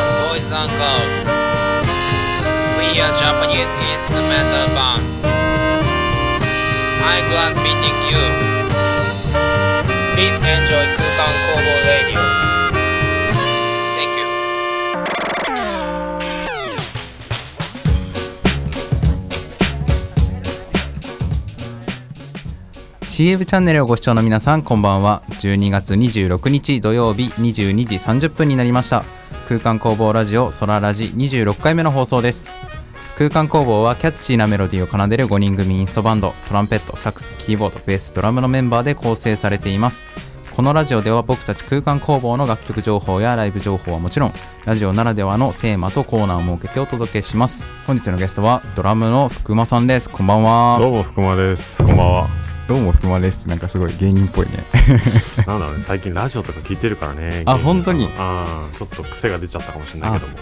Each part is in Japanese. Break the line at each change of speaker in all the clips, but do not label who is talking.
long ago. We are Japanese instrumental band. I'm glad meeting you. Please enjoy 空間工房 Radio. Thank you.
ー CF チャンネルをご視聴の皆さんこんばんは12月26日土曜日22時30分になりました空間工房ラジオソララジ26回目の放送です空間工房はキャッチーなメロディーを奏でる5人組インストバンドトランペットサックスキーボードベースドラムのメンバーで構成されていますこのラジオでは僕たち空間工房の楽曲情報やライブ情報はもちろんラジオならではのテーマとコーナーを設けてお届けします本日のゲストはドラムの福間さんですこんばんは
どうも福間です。こんばんは。
どうも福間ですってなんかすごい芸人っぽいね
なんだろうね、最近ラジオとか聞いてるからね。
あ
芸人さん
本当に
あーちょっと癖が出ちゃったかもしれないけども。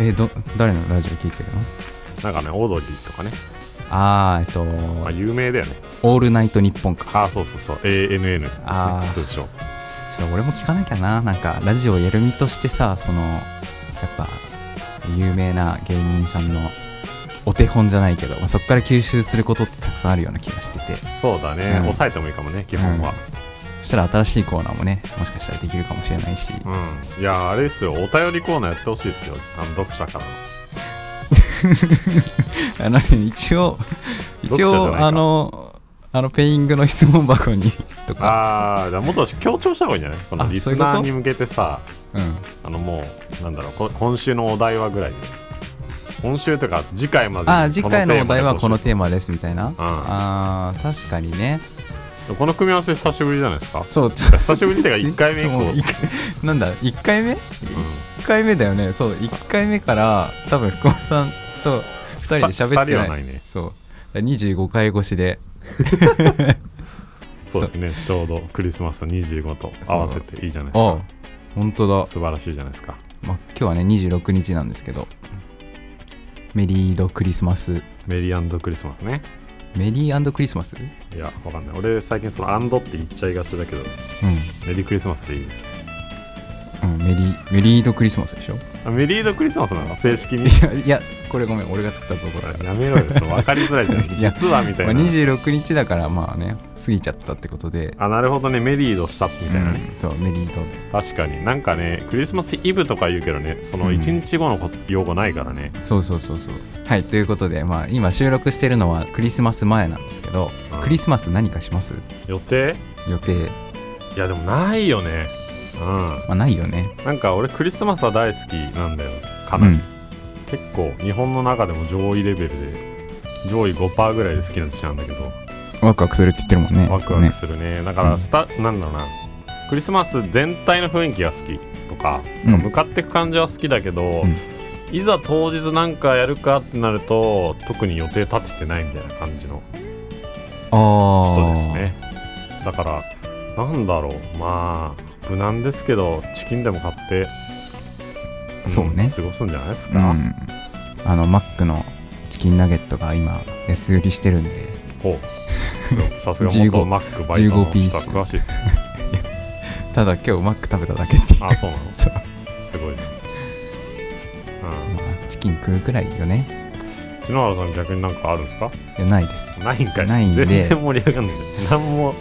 えど誰のラジオ聞いてるの
なんかね、オードリーとかね、
ああえっと
まあ、有名だよね。
「オールナイトニッポン」か
あーそうそうそう、ANN ですね
あー
通称。
それ俺も聞かなきゃななんかラジオやる身としてさそのやっぱ有名な芸人さんのお手本じゃないけど、まあ、そこから吸収することってたくさんあるような気がしてて
そうだね、
うん
抑えてもいいかもね、基本は。
そしたら新しいコーナーもねもしかしたらできるかもしれないし
うん。いやー、あれですよ、お便りコーナーやってほしいですよ、あの読者からの。
あのね一応一
読者じゃない
応
か
あのあのペイングの質問箱にとか
あー、だからもっと強調した方がいいんじゃないこの
あ
リ
そういう
ス
こと
ナーに向けてさ、
うん
あのもう、なんだろうこ、今週のお題はぐらいで。今週とか次回まで
あー次回のお題はこの
ー
テーマですみたいな、あー確かにね
マこの組み合わせ久しぶりじゃないですか
そうちょっと
久しぶりってか1 回目以降、
もう一 回なんだ1回目 ?1 回目だよねそう1回目から多分福間さんと2人で喋っ
二
て
人
な
はいないね
そう25回越しで
そうですねちょうどクリスマスと25と合わせていいじゃないです
あ
か
本当だ、
素晴らしいじゃないですか
まあ、今日はね26日なんですけどメリードクリスマス
メリークリスマスね
メリークリスマス
いやわかんない俺最近その「アンド」って言っちゃいがちだけど
う
メリークリスマスでいいです
ん、うん、メリーメリードクリスマスでしょ
あメリードクリスマスなの正式に
いやいやこれごめん俺が作ったぞこれ、
やめろよその分かりづらいじゃん
いや
実はみた
まあ、
いな
26日だからまあね過ぎちゃったってことで、
あなるほどねメリードしたみたいなね、
うんそうメリード
確かになんかねクリスマスイブとか言うけどねその1日後のこと用語ないからね、
そうそうそうそうはいということで、まあ、今収録してるのはクリスマス前なんですけど、
うん
クリスマス何かします
予定
予定、
いやでもないよねうん
まあ、ないよね
なんか俺クリスマスは大好きなんだよかなり、
うん
結構日本の中でも上位レベルで上位5%ぐらいで好きな時なんだけど
ワクワクするって言ってるもんね
ワクワクするねだか
うん
らスタ、なんだろうなクリスマス全体の雰囲気が好きとか、
うん
向かってく感じは好きだけど、
うん
いざ当日なんかやるかってなると特に予定立ててないみたいな感じの人
ああ
ですねだからなんだろうまあ無難ですけどチキンでも買って、ん
そうね
過ごすんじゃないです
う
か、
んあのマックのチキンナゲットが今安売りしてるんで
ほうさすが元マックバイトの
15ピー
人は
ス
詳しいですね
ただ今日マック食べただけっていう
あそうなのす
そう
ごいねうん
まあチキン食うくらいよね
篠原さん逆になんかあるんですか
いやないです
ないんかい
ないんで
全然盛り上がんないなんも、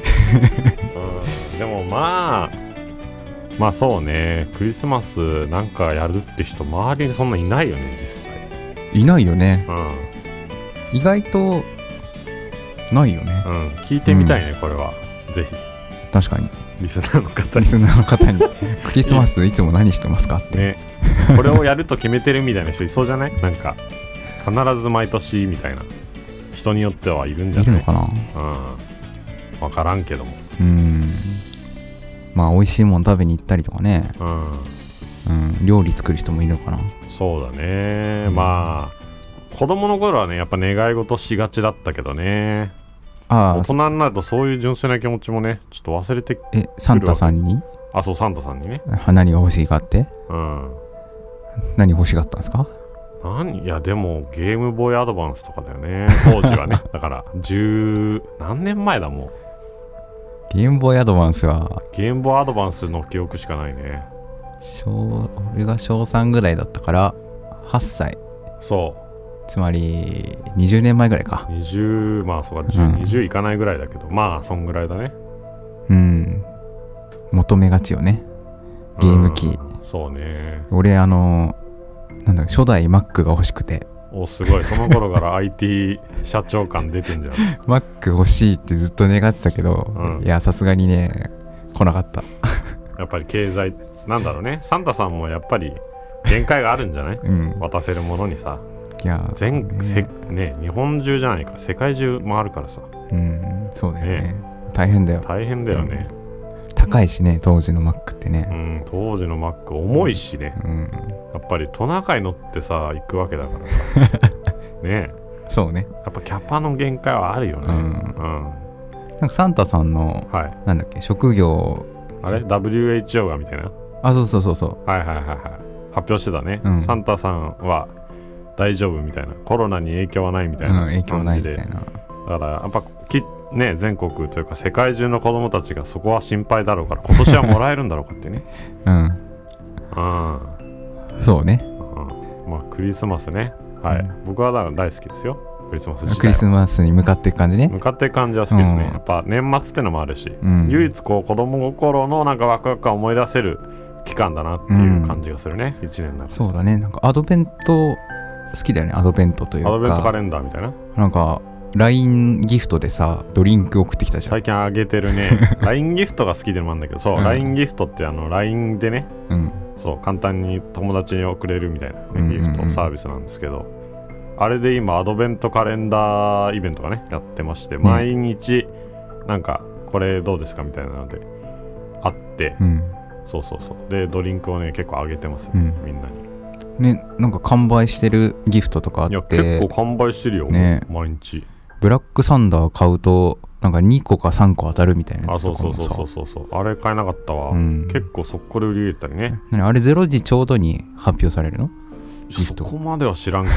うん、でもまあまあそうねクリスマスなんかやるって人周りにそんないないよね実際
いないよね
うん
意外とないよね
うん、聞いてみたいね、これは。ぜ
確かに
ひ、リスナーの方
リ
に。
スナーの方にクリスマスいつも何してますかって、
ね、これをやると決めてるみたいな人いそうじゃないなんか、必ず毎年みたいな人によってはいるんじゃ
いる
な
の
い
かな
うん。わからんけども。
うんまあ美味しいもん食べに行ったりとかね、
うん。
うん、料理作る人もいるのかな
そうだね。まあ、子供の頃はね、やっぱ願い事しがちだったけどね。
あ
大
あそ
人になるとそういう純粋な気持ちもね、ちょっと忘れて、
えサンタさんに
あ、そう、サンタさんにね。
あ何が欲しいかって
うん。
何欲しかったんですか
何いやでもゲームボーイアドバンスとかだよね当時 はねだから十何年前だもん
ゲームボーイアドバンスは
ゲームボーイアドバンスの記憶しかないね
小俺が小3ぐらいだったから8歳
そ
つまり20年前ぐらいか
う20まあそうか、10
うん
20いかないぐらいだけどまあそんぐらいだね
うん求めがちよねゲーム機
うんそうね
俺あのなんだ初代 Mac が欲しくて
おすごいその頃から IT 社長感出てんじゃん
Mac 欲しいってずっと願ってたけど、
うん
いやさすがにね来なかった
やっぱり経済なんだろうねサンタさんもやっぱり限界があるんじゃない
うん
渡せるものにさ
いや
全
ね
せね日本中じゃないか世界中回るからさ
うんそうだよね
ね
大変だよ
大変だよね、
高いしね当時の Mac って
う
ね
ん当時のマック重いしね
うん、
やっぱりトナカイ乗ってさ行くわけだからさ ね
そうね
やっぱキャパの限界はあるよね
う
うんん、
なんかサンタさんの
はい
なんだっけ職業
あれ WHO がみたいな
あそうそうそうそう
はいはいはいはい発表してたね、
うん
サンタさんは大丈夫みたいなコロナに影響はないみたい
うん
な
影響な
感
い
じ
み
で、
たいな
だからやっぱきね全国というか世界中の子供たちがそこは心配だろうから今年はもらえるんだろうかっ てねうん、うん、
うんそうね
まあクリスマスねはい、
うん
僕はだから大好きですよクリスマス自体は
クリスマスに向かっていく感じね
向かっていく感じは好きですね、
うん
やっぱ年末ってのもあるし、
うん
唯一こう子供心のなんかワクワク感を思い出せる期間だなっていう感じがするね、一年の中
そうだねなんかアドベント好きだよねアドベントという
アドベントカ
か
レンダーみたいな
なんか LINE ギフトでさドリンク送ってきたじゃん、
最近あげ てるね LINE ギフトが好きでもあるんだけどそう、
うん
LINE ギフトってあの LINE でね
うん、
そう簡単に友達に送れるみたいなね、
うんうんうん
ギフトサービスなんですけどあれで今アドベントカレンダーイベントがねやってまして毎日なんかこれどうですかみたいなのであって
うん
そうそうそうでドリンクをね結構あげてます
う
ね、
ん
みんなに
ねなんか完売してるギフトとか
い
あ
や
って
結構完売してるよ、
ね
毎日
ブラックサンダー買うとなんか2個か3個当たるみたいなや
あ
つと
そう
か
そ
も
う
さ
そうそうそうそうあれ買えなかったわ、
うん
結構そこで売り入れたりね
何あれ0時ちょうどに発表されるのギフ
そ
ト
こまでは知らんけ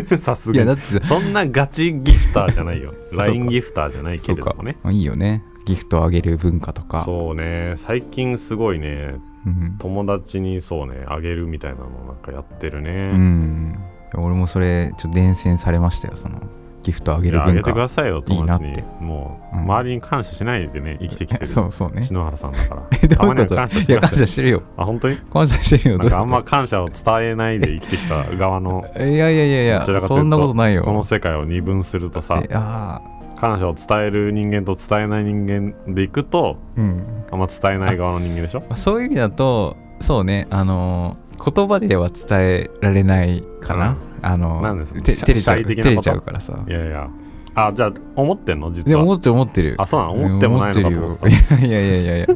どね さす
い
が
やだ
に
って
そんなガチギフターじ ゃないよ LINE ギフターじゃない
そ
け
う
れ
か
どもね
まあいいよねギフトあげる文化とか
そうね最近すごいね
うん、
友達にそうねあげるみたいなのなんかやってる
う
ね、
ん、俺もそれちょっと伝染されましたよそのギフトあげ
い
る
やあげ
文
てく
化
ださいよ
いい
友
なっ
達
て
にもう、
うん
周りに感謝しないでね生きてきて る
そうそうね
篠原さんだから。
えど
た
うい
ま
う
に
こと
は感謝
い
し
や
な
感
くて
謝。してるよ
あ、本当に
感謝してるよど
なん
ういう
かあんま
こ
感謝を伝えないで生きてきた側 の
といやいやいやい
どちら
や
かというと
そんなことないよ
この世界を二分するとさ
い、や
感謝を伝える人間と伝えない人間でいくと、
ーうん
あんま伝えない側の人間でしょ
まあそういう意味だとそうねあのー言葉では伝えられないかな、あの
なんです
て
シャ
照れちゃう
シャイ
照
的なこと
れちゃうからさ
いやいや。あ、じゃあ、思ってんの実
で
は。
思ってる思ってる
あ、そうなの思ってもないのかと思
思
っ
ってて
た。
るよいやいやいやいや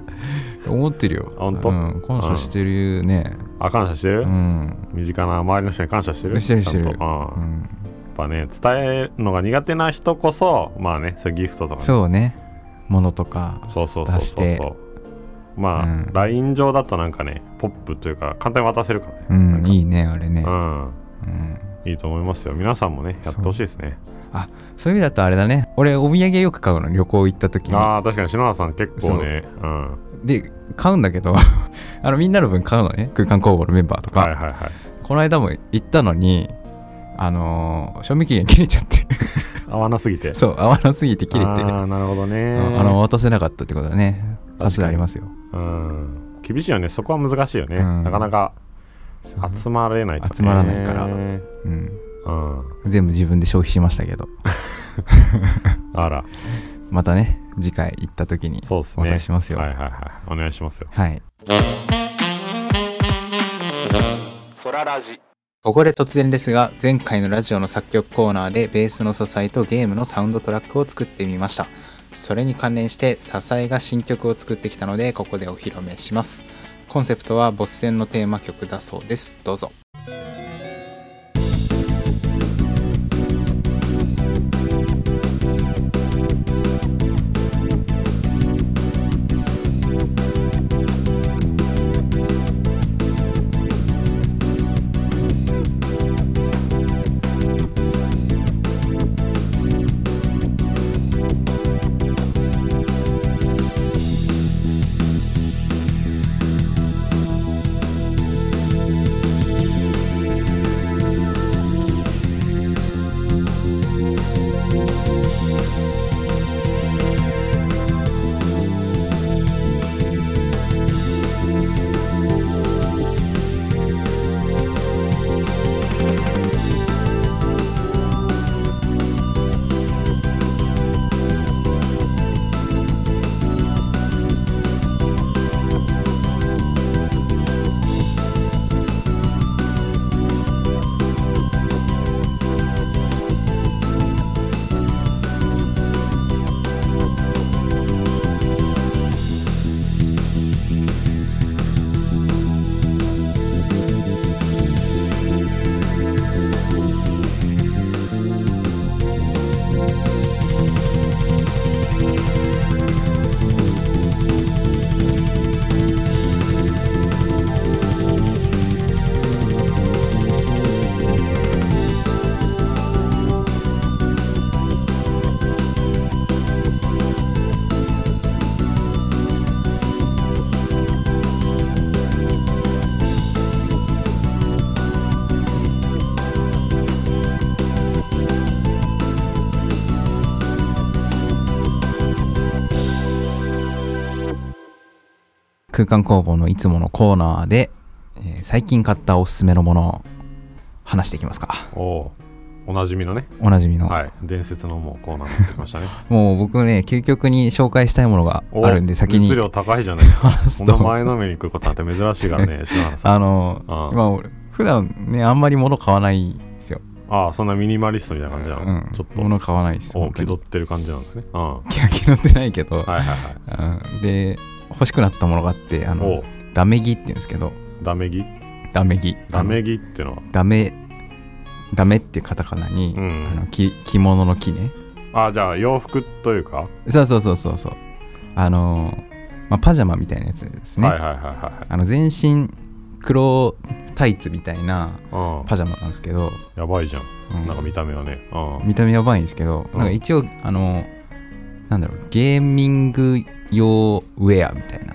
思ってるよ
あ本当
うん、感謝してるね
あ、感謝してる
うん、
身近な周りの人に感謝してる
してるしてる
ちゃんとあ
う
や
ん、
っぱね、伝えるのが苦手な人こそ、まあね、そういうギフトとかね
そうねものとか
そうそうそうそう
出し
そ
て
うまあ、
うん
LINE 上だとなんかねポップというか簡単に渡せるからね
うん
か
いいねあれね、
うん
うん、
いいと思いますよ皆さんもねやってほしいですね
そういう意味だとあれだね俺お土産よく買うの旅行行った時に
ああ確かに篠原さん結構ねうん
で買うんだけど あのみんなの分買うのね空間工房のメンバーとか、
はいはいはい
この間も行ったのにあのー賞味期限切れちゃって
合わなすぎて
そう合わなすぎて切れて
あ
あ
あなるほどね
あの渡せなかったってことだね多数ありますよ
うん厳しいよねそこは難しいよね、
うん
なかなか
そう
集まれないとね
集まらないから
うん
うん全部自分で消費しましたけど
あら
またね次回行った時に
そうです
お
ね
渡ししますよ
はいはいはいお願いしますよ
はいここで突然ですが前回のラジオの作曲コーナーでベースの支えとゲームのサウンドトラックを作ってみましたそれに関連して支えが新曲を作ってきたのでここでお披露目しますコンセプトはボス戦のテーマ曲だそうですどうぞ
「
空間工房のいつものコーナーで、えー最近買ったおすすめのものを話していきますか
おおおなじみのね、
おなじみの、
はい、伝説のもうコーナーになってきましたね
もう僕ね究極に紹介したいものが
お
あるんで先に
熱量高いじゃないですか
話す
こんな
と
前のめりに来ることなんて珍しいから ね篠原さん
あの
あ
まあ俺普段ねあんまり物買わないんですよ
ああそんなミニマリストみたいな感じなの、
うん
ちょっと
物買わないです
お
本
気
当に
取ってる感じなんですね、うん、はい
気が気取ってないけど、
はいはい
うんで欲しくなったものがあってあ
お
の
う
ダメギって言うんですけど
ダメギ
ダメギ
ダメギってのは
ダメダメっていうカタカナに、
うん
あのき着物の木ね
あじゃあ洋服というか、
そうそうそうそうそうあのーまあ、パジャマみたいなやつですね、
はいはいはいはい
あの全身黒タイツみたいな
はい、うん、
パジャマなんですけど、
やばいじゃん、
うん
なんか見た目はね、うん、
見た目やばいんですけど、
うん
なんか一応あのなんだろうゲーミング用ウェアみたいな、い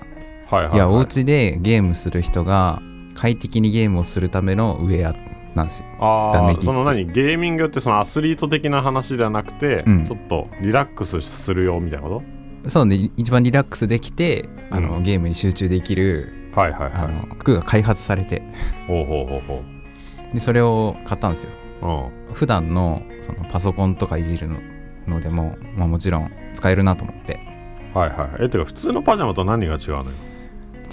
はいはい、はい、
やお家でゲームする人が快適にゲームをするためのウェアなんですよ
あ
ダメ
あ
ギって
その何ゲーミングってそのアスリート的な話ではなくて、
うん
ちょっとリラックスするよみたいなこ
そうね一番リラックスできてあの、
う
ゲームに集中できる
とはいはい
あ
はい
の服が開発されて
ほうほうほうほ
でそれを買ったんですよ
う
普段のそのパソコンとかいじるののでも、まあ、もちろん使えるなと思って
うんはいはいえてか普通のパジャマと何が違うのよ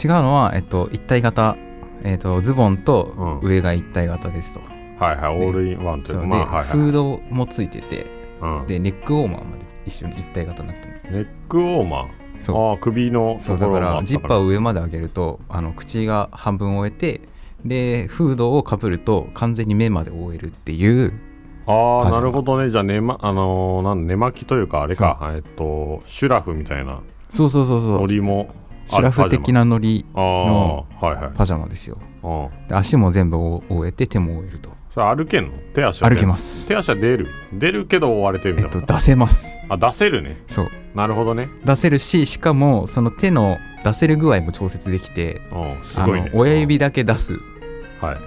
違うのは、えっと、一体型、えっと、ズボンと
うん
上が一体型ですと、
はいはいオールインワンとい
そうう
か
で、
まあはい
フードもついてて
はい、うん、
でネックウォーマーまで一緒に一体型になってる
ネックウォーマー
そう
ああ首の
そ
と
う
こ
だ
ろ
からジッパー
ー
を上まで上げるとあの口が半分終えてでフードをかぶると完全に目まで覆えるっていうパジ
ああ
ャマ
なるほどねじゃあ寝,、まあのーなん寝巻きというかあれかえっとシュラフみたいな
そうそうそうそ
ノ
う
リも
シュラフ的
な
なノリ
ああはいはい、
パジャマですよ
うん、
で足も全部覆えて手も覆えると
それ歩けんの手足は
歩
出る
けます
手足は出る出るけど追われてるみ
え
た
っ
い
と
な、
出せます
あ出せるね
そう
なるほどね
出せるししかもその手の出せる具合も調節できて
うんすごいね
あの親指だけ出す
はい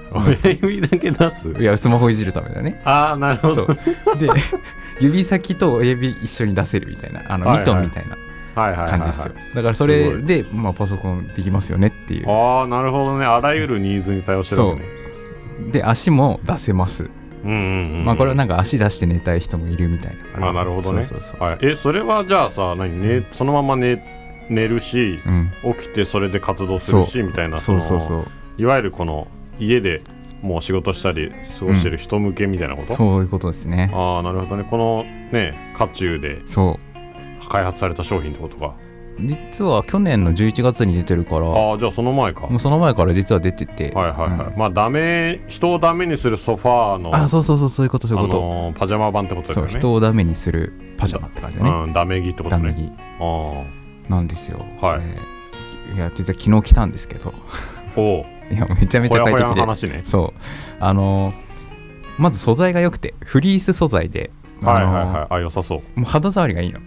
親指だけ 出す
いやスマホいじるためだね
ああなるほ
そ
ど
う で指先と親指一緒に出せるみたいなあの
は
ミ
いはい
トンみたいな
はいはいはい、
感
は
じ
い、
ですよだからそれで、まあ、パソコンできますよねっていう
ああなるほどねあらゆるニーズに対応してるわけね
で足も出せます、
うんうん、うん、
まあ、これはなんか足出して寝たい人もいるみたいだから
あなるほどね
そうそうそうそう、
はい、えそれはじゃあさ何、ね、そのまま寝寝るし
うん
起きてそれで活動する
そ
しみたいな
そうそう
う
そう
いわゆるこの家でもう仕事したり過ごしてる人向けみたいなこと、
そういうことですね
ああなるほどねこのね渦中で
そ
開発された商品ってことか
う実は去年の11月に出てるからも
ああじゃあその前かは
うその前から実は出てて、
いはいはい、
う
まあダメ人をダメにするソファーの
あそうそうそうそういうことそういうこと、
あのーパジャマ版ってことだ
そ
よ
う
ね
人をダメにするパジャマって感じだね、
うん、ダメ着ってこと
ダ
ね
メに
あー
なんですよ、
はい
えーいや実は昨日来たんですけど
おう
いやめちゃめち
ほ
ゃ快
やほやの
適で
話ね
そうあのーまず素材が良くてフリース素材で、あの
はい
ー
はいはいあ良さそう
もう肌触りがいいの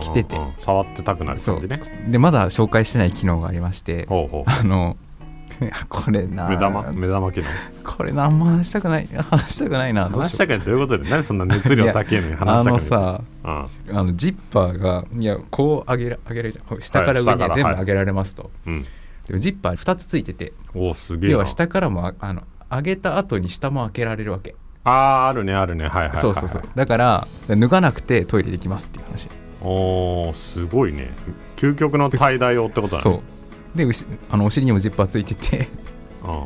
着
着てて
触ってたくなる
そ
感
う
じね
でまだ紹介してない機能がありまして
ほうほ
あの いやこれな
う目玉目玉機能
これなあんま話したくない話したくないなどう
話し
しよ
たけどどういうことで何そんな熱量高いのに
うあ
話
の
した
さ
くない
あのジッパーがいやこう上げら上げるじゃんこう下から上
はい
に
下から
全部
はい
上げられますと、
うん
でもジッパー2つついてて
うんおすげえ
要
な
は下からもああの上げた後に下も開けられるわけ、
あああるねあるねはいはいはいはい
そうそうそうだから脱がなくてトイレできますっていう話
おーすごいね究極の怠惰用ってことだね
そうでうしあのお尻にもジッパーついてて
うん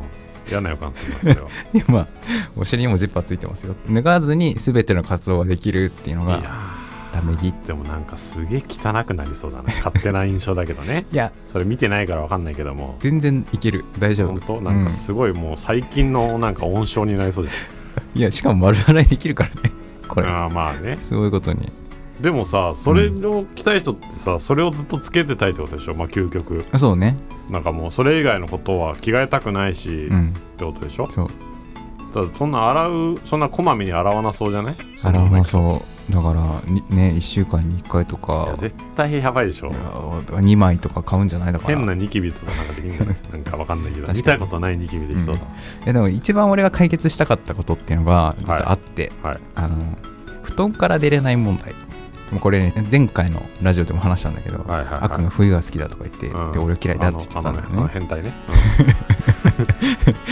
嫌な予感する なそれはい
やまあお尻にもジッパーついてますよ脱がずに全ての活動ができるっていうの
いや
がダメギい
ーでもなんかすげえ汚くなりそうだね勝手な印象だけどね
や
それ見てないからわかんないけども
全然いける大丈夫
本当なんかすごいもう最近のなんか温床になりそうじ
うんいやしかも丸洗いできるからね こ
ゃん、
れ
あーまあね
すごいことに
でもさそれを着たい人ってさ、それをずっとつけてたいってことでしょまあ究極
あそうね
なんかもうそれ以外のことは着替えたくないし、
う
っ
ん
てことでしょ
そう
ただそんな洗うそんなこまめに洗わなそうじゃない
あら
そんな
ま
の
あそうだからにね1週間に1回と
いや
か
絶対やばいでしょ
2枚とか買うんじゃないだから
変なニキビとかなんかできんじゃないなんかわかんないけど
確
見
かに
たことないニキビできそうだ、
いやでも一番俺が解決したかったことっていうのが実はあって、
はいはい
あの布団から出れない問題もうこれ、ね、前回のラジオでも話したんだけど、
はいはいはい
あっくんが冬が好きだとか言って、
うん
で俺嫌いだって言ってたんだよ
あのあの
ね
変態ね。 うん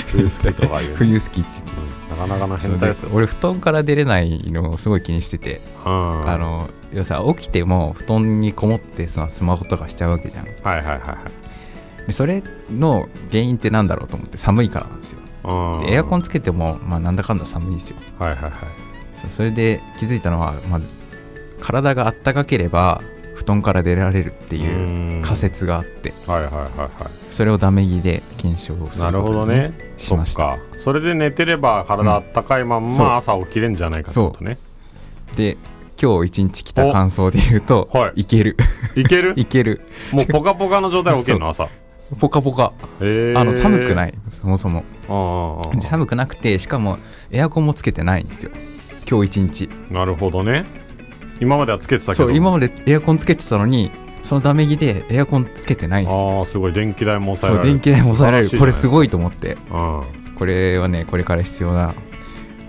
冬好きとかいうね。
冬好きって言って
うんなかなかの
そう
変態
で
ですよ。
俺布団から出れないのをすごい気にしてて、
うん
あの要するに起きても布団にこもってさスマホとかしちゃうわけじゃん
はいはいはいはい。
でそれの原因ってなんだろうと思って寒いからなんですよ
うん
でエアコン
は
つけても、まあ、なんだかんだ寒いですよ
いはいはい。
そうそれで気づいたのは、まあ、体があったかければ布団から出られるっていう
うん
仮。説があって
はいはいはいは
それをダメ着で検証を
い。
す
な
る
る
こ
ほ
と
ど
に、
ね。
しました
そっか。それで寝てれば体あったかいまん
そう
ま朝起きれんじゃないかってことね。
で今日一日来た感想で言うと、
おはい
いける
いける
いける
もうポカポカの状態で起きるの朝。
ポカポカ
えー
あの寒く
い。
ないそもそも
うんうん
で寒くなくてしかもエアコンもつけてないんですよ今日一日
うんなるほどね。今まではつけてたけ
そ
ど。
う今までエアコンつけてたのにそのダメ着でエアコンつけてないんですよ
ああ、すごい。電気代も抑
そ
え
う
られる。
電気代も抑えられる
素
こ
晴ら
れ
しい
す
じゃ
ごいと思って
うん。
これはねこれから必要な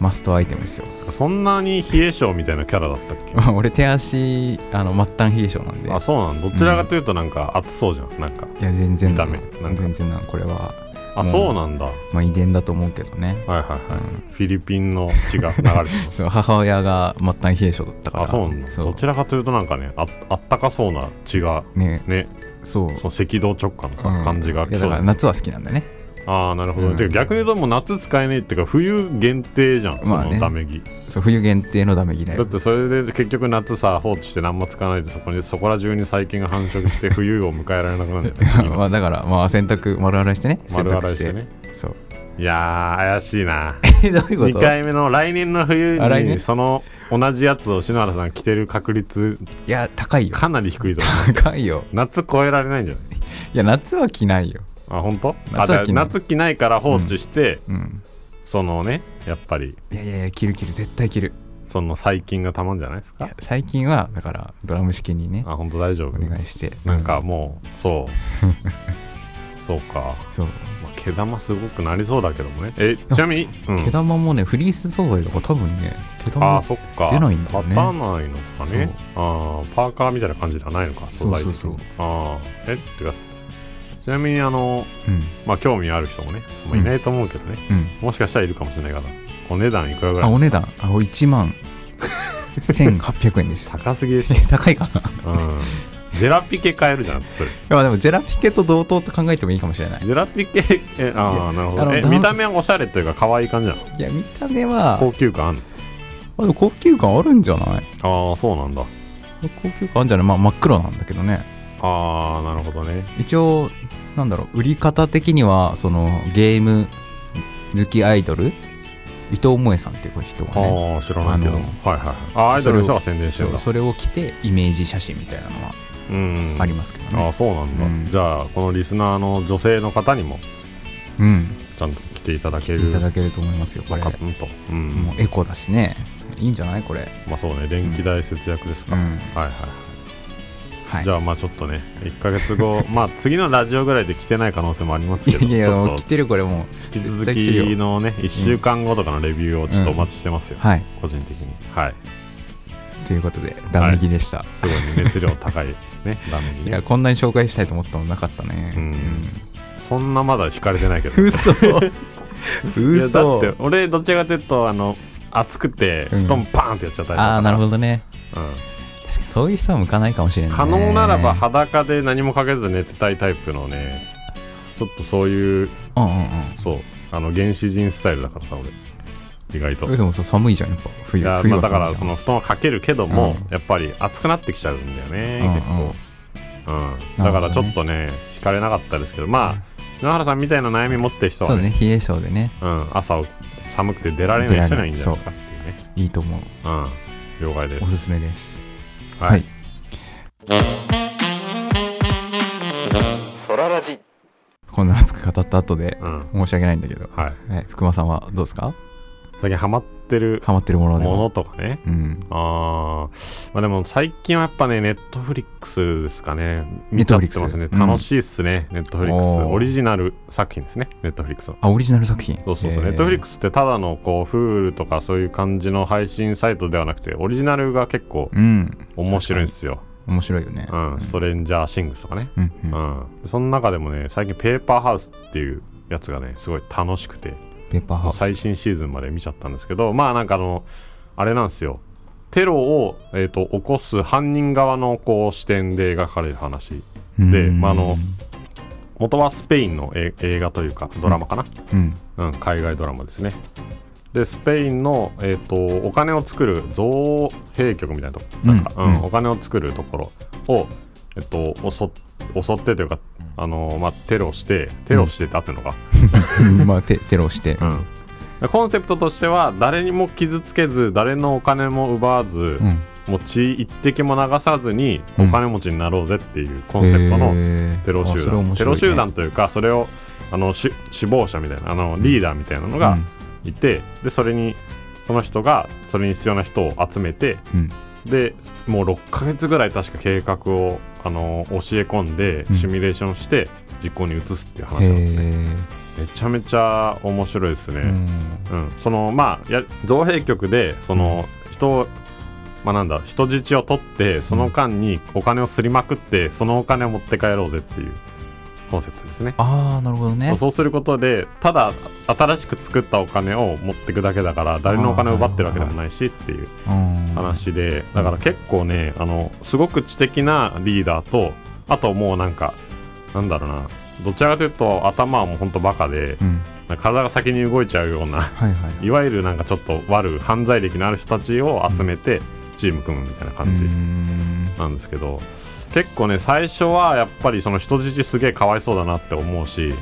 マストアイテムですよ
そんなに冷え性みたいなキャラだったっけ
俺手足あの末端冷え性なんで
あそうなんどちらかというとなんか暑そうじゃん、なんか
いや全然なの
ダメなんか
全然なのこれは、
あ、
うん
そうなんだは
まあ、遺伝だと思うけどね
いはいはい、
うん
フィリピンの血が流れてます
そう母親が末端冷え性だったから
あそうなんだ
そ
どちらかというとなんかねああったかそうな血が
うね
ね
そう
その赤道直下のさ、
うん
感じが
い
来
や
そ
だ
う
か
だ
ら
ね
夏は好きなんだね
ああなるほど、
うん
てか逆に言うともう夏使えねえっていうか冬限定じゃんそ
まあね
のダメ着、
そう冬限定のダメ着だ
だっ
よ
てそれで結局夏さ放置して何も使わないでそこにそこら中に細菌が繁殖して 冬を迎えられなくなるんだよね次 の
まあだからまあ洗濯丸洗いしてね洗
丸
濯
洗いしてね
そう
いやー怪しいな
えどういうこ
2
と
回目の来年の冬
あ来年
にその同じやつを篠原さん着てる確率
いや高いよ
かなり低いと思う
高いよ
夏超えられないんじゃない
いや夏は着ないよ
あ本当
夏は
あじゃあ
着ない
夏着ないから放置して、
うん
そのねやっぱり
いやいやいや着る着る絶対着る
その細菌がたまんじゃないです
い
か
や最近はだからドラム式にね
あ本当大丈
お
夫
願いして
なんかもうそうそう か、
そう
まあ、毛玉すごくなりそうだけどもねえちなみに、うん
毛玉もねフリース素材とか多分ね毛
あ
玉
ーそっか
出ないんだよね
立たないのかねあーパーカーみたいな感じではないのか素材的に
そうそうそう
あーえってかちなみにあの
うん
まあ興味ある人もね、ま
う
あ、
ん
いないと思うけどね、
うん
もしかしたらいるかもしれないからお値段いくらぐら
あ
い
お値段あ1万 1800円です
高すぎでしょ、
え高いかな
うん、ジェラピケ買えるじゃんそれ
いやでもジェラピケと同等と考えてもいいかもしれない
ジェラピケえああなるほ
あ
ど
の
え
ダン
見た目はおしゃれというか可愛い感じなの
いや見た目は
高級感あん
あでも高級感あるんじゃない
のああそうなんだ
高級感あるんじゃないまあ真っ黒なんだけどね
ああなるほどね
一応なんだろう売り方的にはそのゲーム好きアイドル伊藤萌さんっていう人が
ああ
ね
ー知らないけど
あ
はい
の
はいはいあーアイドルの人が宣伝して
そ
るんだ
うそれを着てイメージ写真みたいなのは
うん
ありますけど
あ
ね
あそうなんだ、
うん
じゃあこのリスナーの女性の方にも
うん
ちゃんと来ていただけ
着
る
ていただけると思いますよこれ
カプンと、うん
もうエコだしねいいんじゃないこれ
まあそうね電気代節約ですか
う
ら、
ん
はいはい
はい
じゃあまあちょっとね1か月後 まあ次のラジオぐらいで来てない可能性もありますけど
いやいや
ちょ
も
っ
う着
と
てるこれもう
引き続
絶対来てる
きのね1週間後とかのレビューをちょっとお待ちしてますよ、
はい
個人的にはい
ということでダメ着でした、
すごいね熱量高い ねダメ
い、
に
や
ね
こんなに紹介したいと思ったのなかったね
うんそんなまだ惹かれてないけど
嘘
いやだ
嘘
って俺どちらかというとあの暑くて布団パーンってやっちゃったり
ああなるほどね
うん
確かにそういう人は向かないかもしれないね、
可能ならば裸で何もかけず寝てたいタイプのねちょっとそういう
うんうんうん
そうあの原始人スタイルだからさ俺意外と
えでもさ寒いじゃんやっぱ
い
冬
や
冬
まあ
は
だから
寒いじ
そ
ゃん
の布団はかけるけども、
うん
やっぱり暑くなってきちゃうんだよね、
うん
結構、うんだからちょっとね惹かれなかったですけどまあ、篠原さんみたいな悩み持ってる人
そ
は
う
ね
ね冷え性でね
うん、朝寒くて出られない人はいいんじゃないですかっていうね
いいと思う
うん了解で
おす
す
すめです
はい、
はいこんな熱く語った後で
うん
申し訳ないんだけど、
はい、
はい、福間さんはどうですか
最近ハマっってる
ハマってるもの
も
でも。
のとかね
うん。
あーまあでも最近はやっぱねネットフリックスですかね見ちゃって
Netflix
ますね
うん
楽しいっすね、ネットフリックス
おー
オリジナル作品ですねネットフリックスの
あ、オリジナル作品。
そうそうそう、
へー
ネットフリックスってただのこう Hulu とかそういう感じの配信サイトではなくてオリジナルが結構
うん。
面白いんですよ、
面白いよね。
うん、ストレンジャーシングスとかね、
うん、う。
うんんその中でもね最近ペーパーハウスっていうやつがねすごい楽しくて
ペッパーハウ
最
ス。
新シーズンまで見ちゃったんですけどまあなんかあのあれなんですよテロを、えー、と起こす犯人側のこう視点で描かれる話で
うん
まああの元はスペインのえ映画というかドラマかな、
うん。
うん、海外ドラマですね。で、スペインの、えー、とお金を作る造幣局みたいなとこ、なんか、
う
うんん
うん
お金を作るところを、えっと襲っ襲ってというか、あのーまあ、テロして、テロしてって合ってるのか、
うんまあ、テテロして。
うんでコンセプトとしては、誰にも傷つけず、誰のお金も奪わず、
うん。
もう血一滴も流さずに、
う
お
ん
金持ちになろうぜっていうコンセプトの
へー
テロ
あ
集
それ
団、
面
テ
白い
ロ
ね
集団というか、それをあのし首謀者みたいな、あのリーダーみたいなのが、いてでそれにその人がそれに必要な人を集めて
うん。うん
でもう6ヶ月ぐらい確か計画を、あの教え込んで
うん
シミュレーションして実行に移すっていう話なんですね、
へ
めちゃめちゃ面白いです
え。う
ね、
ん
うんそのまあや造幣局でその人をまあなんだ人質を取ってその間にお金をすりまくってそのお金を持って帰ろうぜっていうコンセプトですね
ああ、なるほどね。
そうすることでただ新しく作ったお金を持っていくだけだから誰のお金を奪ってるわけでもないしっていう
うん。
話でだから結構ねあのすごく知的なリーダーとあともうなんかなんだろうなどちらかというと頭はもうほんとバカで
うん。
なんか体が先に動いちゃうような
はいはい。
いわゆるなんかちょっと悪犯罪歴のある人たちを集めてチーム組むみたいな感じ
うーん
なんですけど結構ね最初はやっぱりその人質すげえかわいそうだなって思うし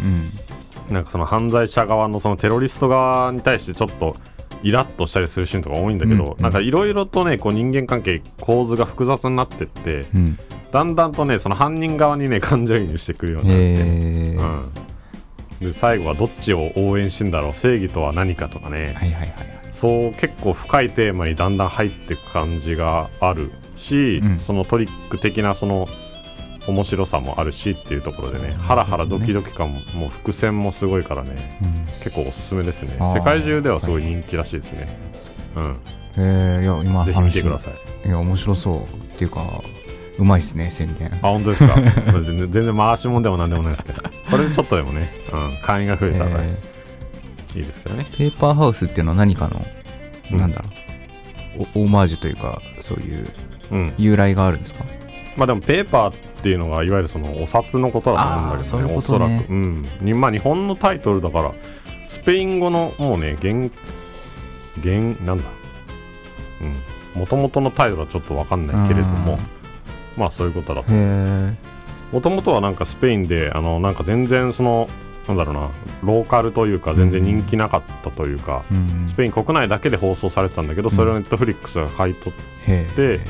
うん。
なんかその犯罪者側のそのテロリスト側に対してちょっとイラッとしたりするシーンとか多いんだけど、
うん
なんかいろいろとねこう人間関係構図が複雑になってって
うん。
だんだんとねその犯人側にね感情移入してくるようになって、
へえ。
う
は
ん、で最後はどっちを応援してんだろう正義とは何かとか
い
ね
はいはいはい。
そう結構深いテーマにだんだん入っていく感じがあるし、
うん
そのトリック的なその面白さもあるしっていうところでねハラハラドキドキ感ももう伏線もすごいからね
うん
結構おすすめですね
あー
世界中ではすごい人気らしいですね、
えー、いや今
うんぜひ見て
話
ください
いや面白そうっていうかうまいっすね宣言
あ本当ですか 全然全然回しもんでもなんでもないですけどこれちょっとでもね、うん、会員が増
え
えたらい
ー
いですけどね、
ペーパーハウスっていうのは何かの、
うん
なんだろうおオマージュというかそういう
うん
由来があるんですか
まあでもペーパーっていうのがいわゆるそのお札のことだと思うんだけど
あーそう
ね
いう
お
こと
そ
ね
らく、うんにまあ、日本のタイトルだからスペイン語のもうね原原なんだうんもともとのタイトルはちょっとわかんないけれどもまあそういうことだと
へえ
もともとはなんかスペインであのなんか全然そのなんだろうなローカルというか全然人気なかったというか、
うん
スペイン国内だけで放送されてたんだけどそれをネットフリックスが買い取って、
へえ
で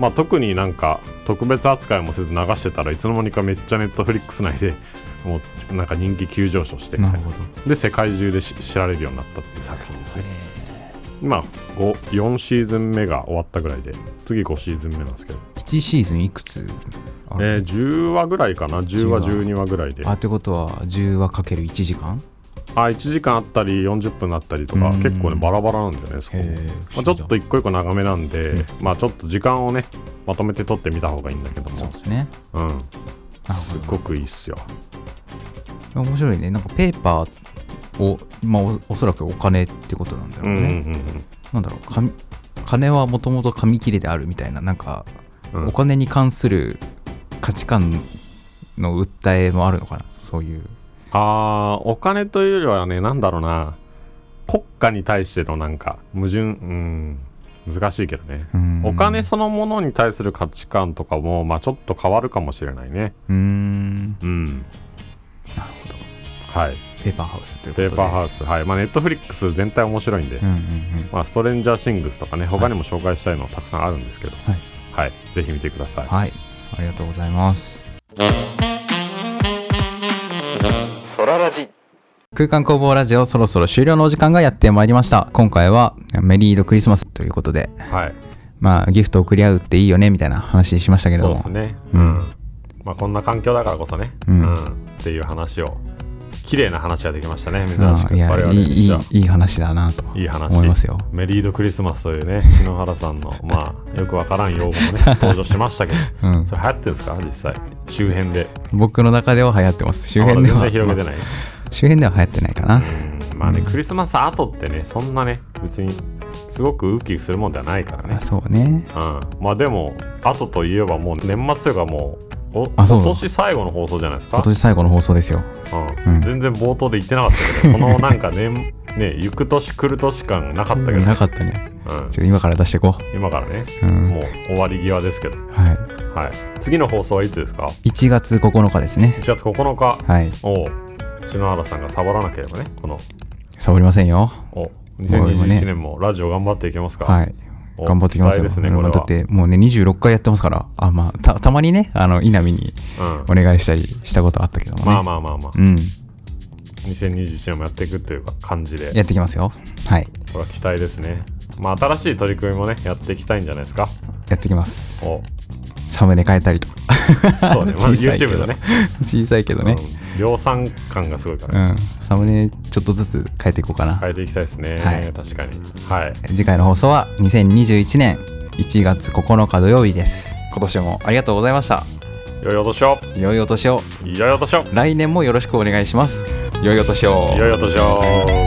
まあ、特になんか特別扱いもせず流してたらいつの間にかめっちゃネットフリックス内で もうなんか人気急上昇してみ
な
た
る
いな
ほど
で世界中でし知られるようになったっていう作品ですね今5 4シーズン目が終わったぐらいで次5シーズン目なんですけど、
1シーズンいくつあ
え
る
ー10話ぐらいかな10話
10
12話ぐらいで
あってことは10話かける1時間
あ1時間あったり40分あったりとか
うん
結構ねバラバラなんだよねそこも
へえ
まあ、ちょっと一個一個長めなんで、まあちょっと時間をねまとめて撮ってみた方がいいんだけど
そう
も
ですね
うん
なる
す
ほ
っごくいいっすよ
ど面白いねなんかペーパーをまあおおそらくお金ってことなんだ
う
ろうんね、
う
な
ん
んだろう紙金はもともと紙切れであるみたいななんか、
うんうん
お金に関する価値観の訴えもあるのかなそういう
あーお金というよりはねなんだろうな国家に対してのなんか矛盾うん難しいけどね
うん
お金そのものに対する価値観とかもまあちょっと変わるかもしれないね
うーん
うんなるほどはい
ペーパーハウスということ
ペ
で
ーパーハウスはいまあネットフリックス全体面白いんで、
うんうんうん
まあ、ストレンジャーシングスとかね他にも紹介したいのたくさんあるんですけど
はい、
はい、ぜひ見てください
はいありがとうございます
ソララジ
空間工房ラジオそろそろ終了のお時間がやってまいりました今回はメリードクリスマスということで
はい
まあギフト送り合うっていいよねみたいな話しましたけど
そう
も
ですね
う
うんんまあこんな環境だからこそね
うん
っていう話を綺麗な話ができました
ま
ね珍し
あ
く
い
我
や
々
いい
にし
い
て
い
はい
い話だなと
いい話
思いますよ
メリードクリスマスというね篠原さんの まあよくわからん用語も ね登場しましたけど、
うん
それ流行ってるんですか実際周辺で
僕の中では流行ってます周辺で
ま
は
だ全然広げてない、
周辺では流行ってないかな
うんまあねクリスマス後ってねそんなね別にすごくウキウキするもんではないからね
あそうね
うん、まあでも後といえばもう年末というかもうお
あ
今
そうだ
年最後の放送じゃないですか
今、年最後の放送ですよ
うん
うん
全然冒頭で言ってなかった けどそのなんか年ね行く年来る年感なかったけど、
なかったね
うん
ちょっと今から出していこ
今からね、
うん
もう終わり際ですけど、
うは
はい、次の放送はいつですか
い1月9日ですね
1月9日
はい
を篠原さんがサボらなければねこの
サボりませんよ
お
もう今ね
2021年もラジオ頑張っていけますか、
はい
お
頑張っていきますよ
期待ですねこれは
だってもうね26回やってますからあまあたたまにねあの稲見に
うん
お願いしたりしたことあったけどもね
まあまあまあまあ
うん
2021年もやっていくというか感じで
やっていきますよはい
これは期待ですね。まあ、新しい取り組みもね、やっていきたいんじゃないですか。
やっていきます
お
サムネ変えたりとか
そうね、ま ず
小さいけ
YouTube
ど
のね、
小さいけどね
うん量産感がすごいから、
う
ね
んサムネちょっとずつ変えていこうかな
変えていきたいですね、
はい
確かに。はい。
次回の放送は2021年1月9日土曜日です今年もありがとうございました
良いお年を
良いお年を
良いお年を
来年もよろしくお願いします良いお年を
良いお年を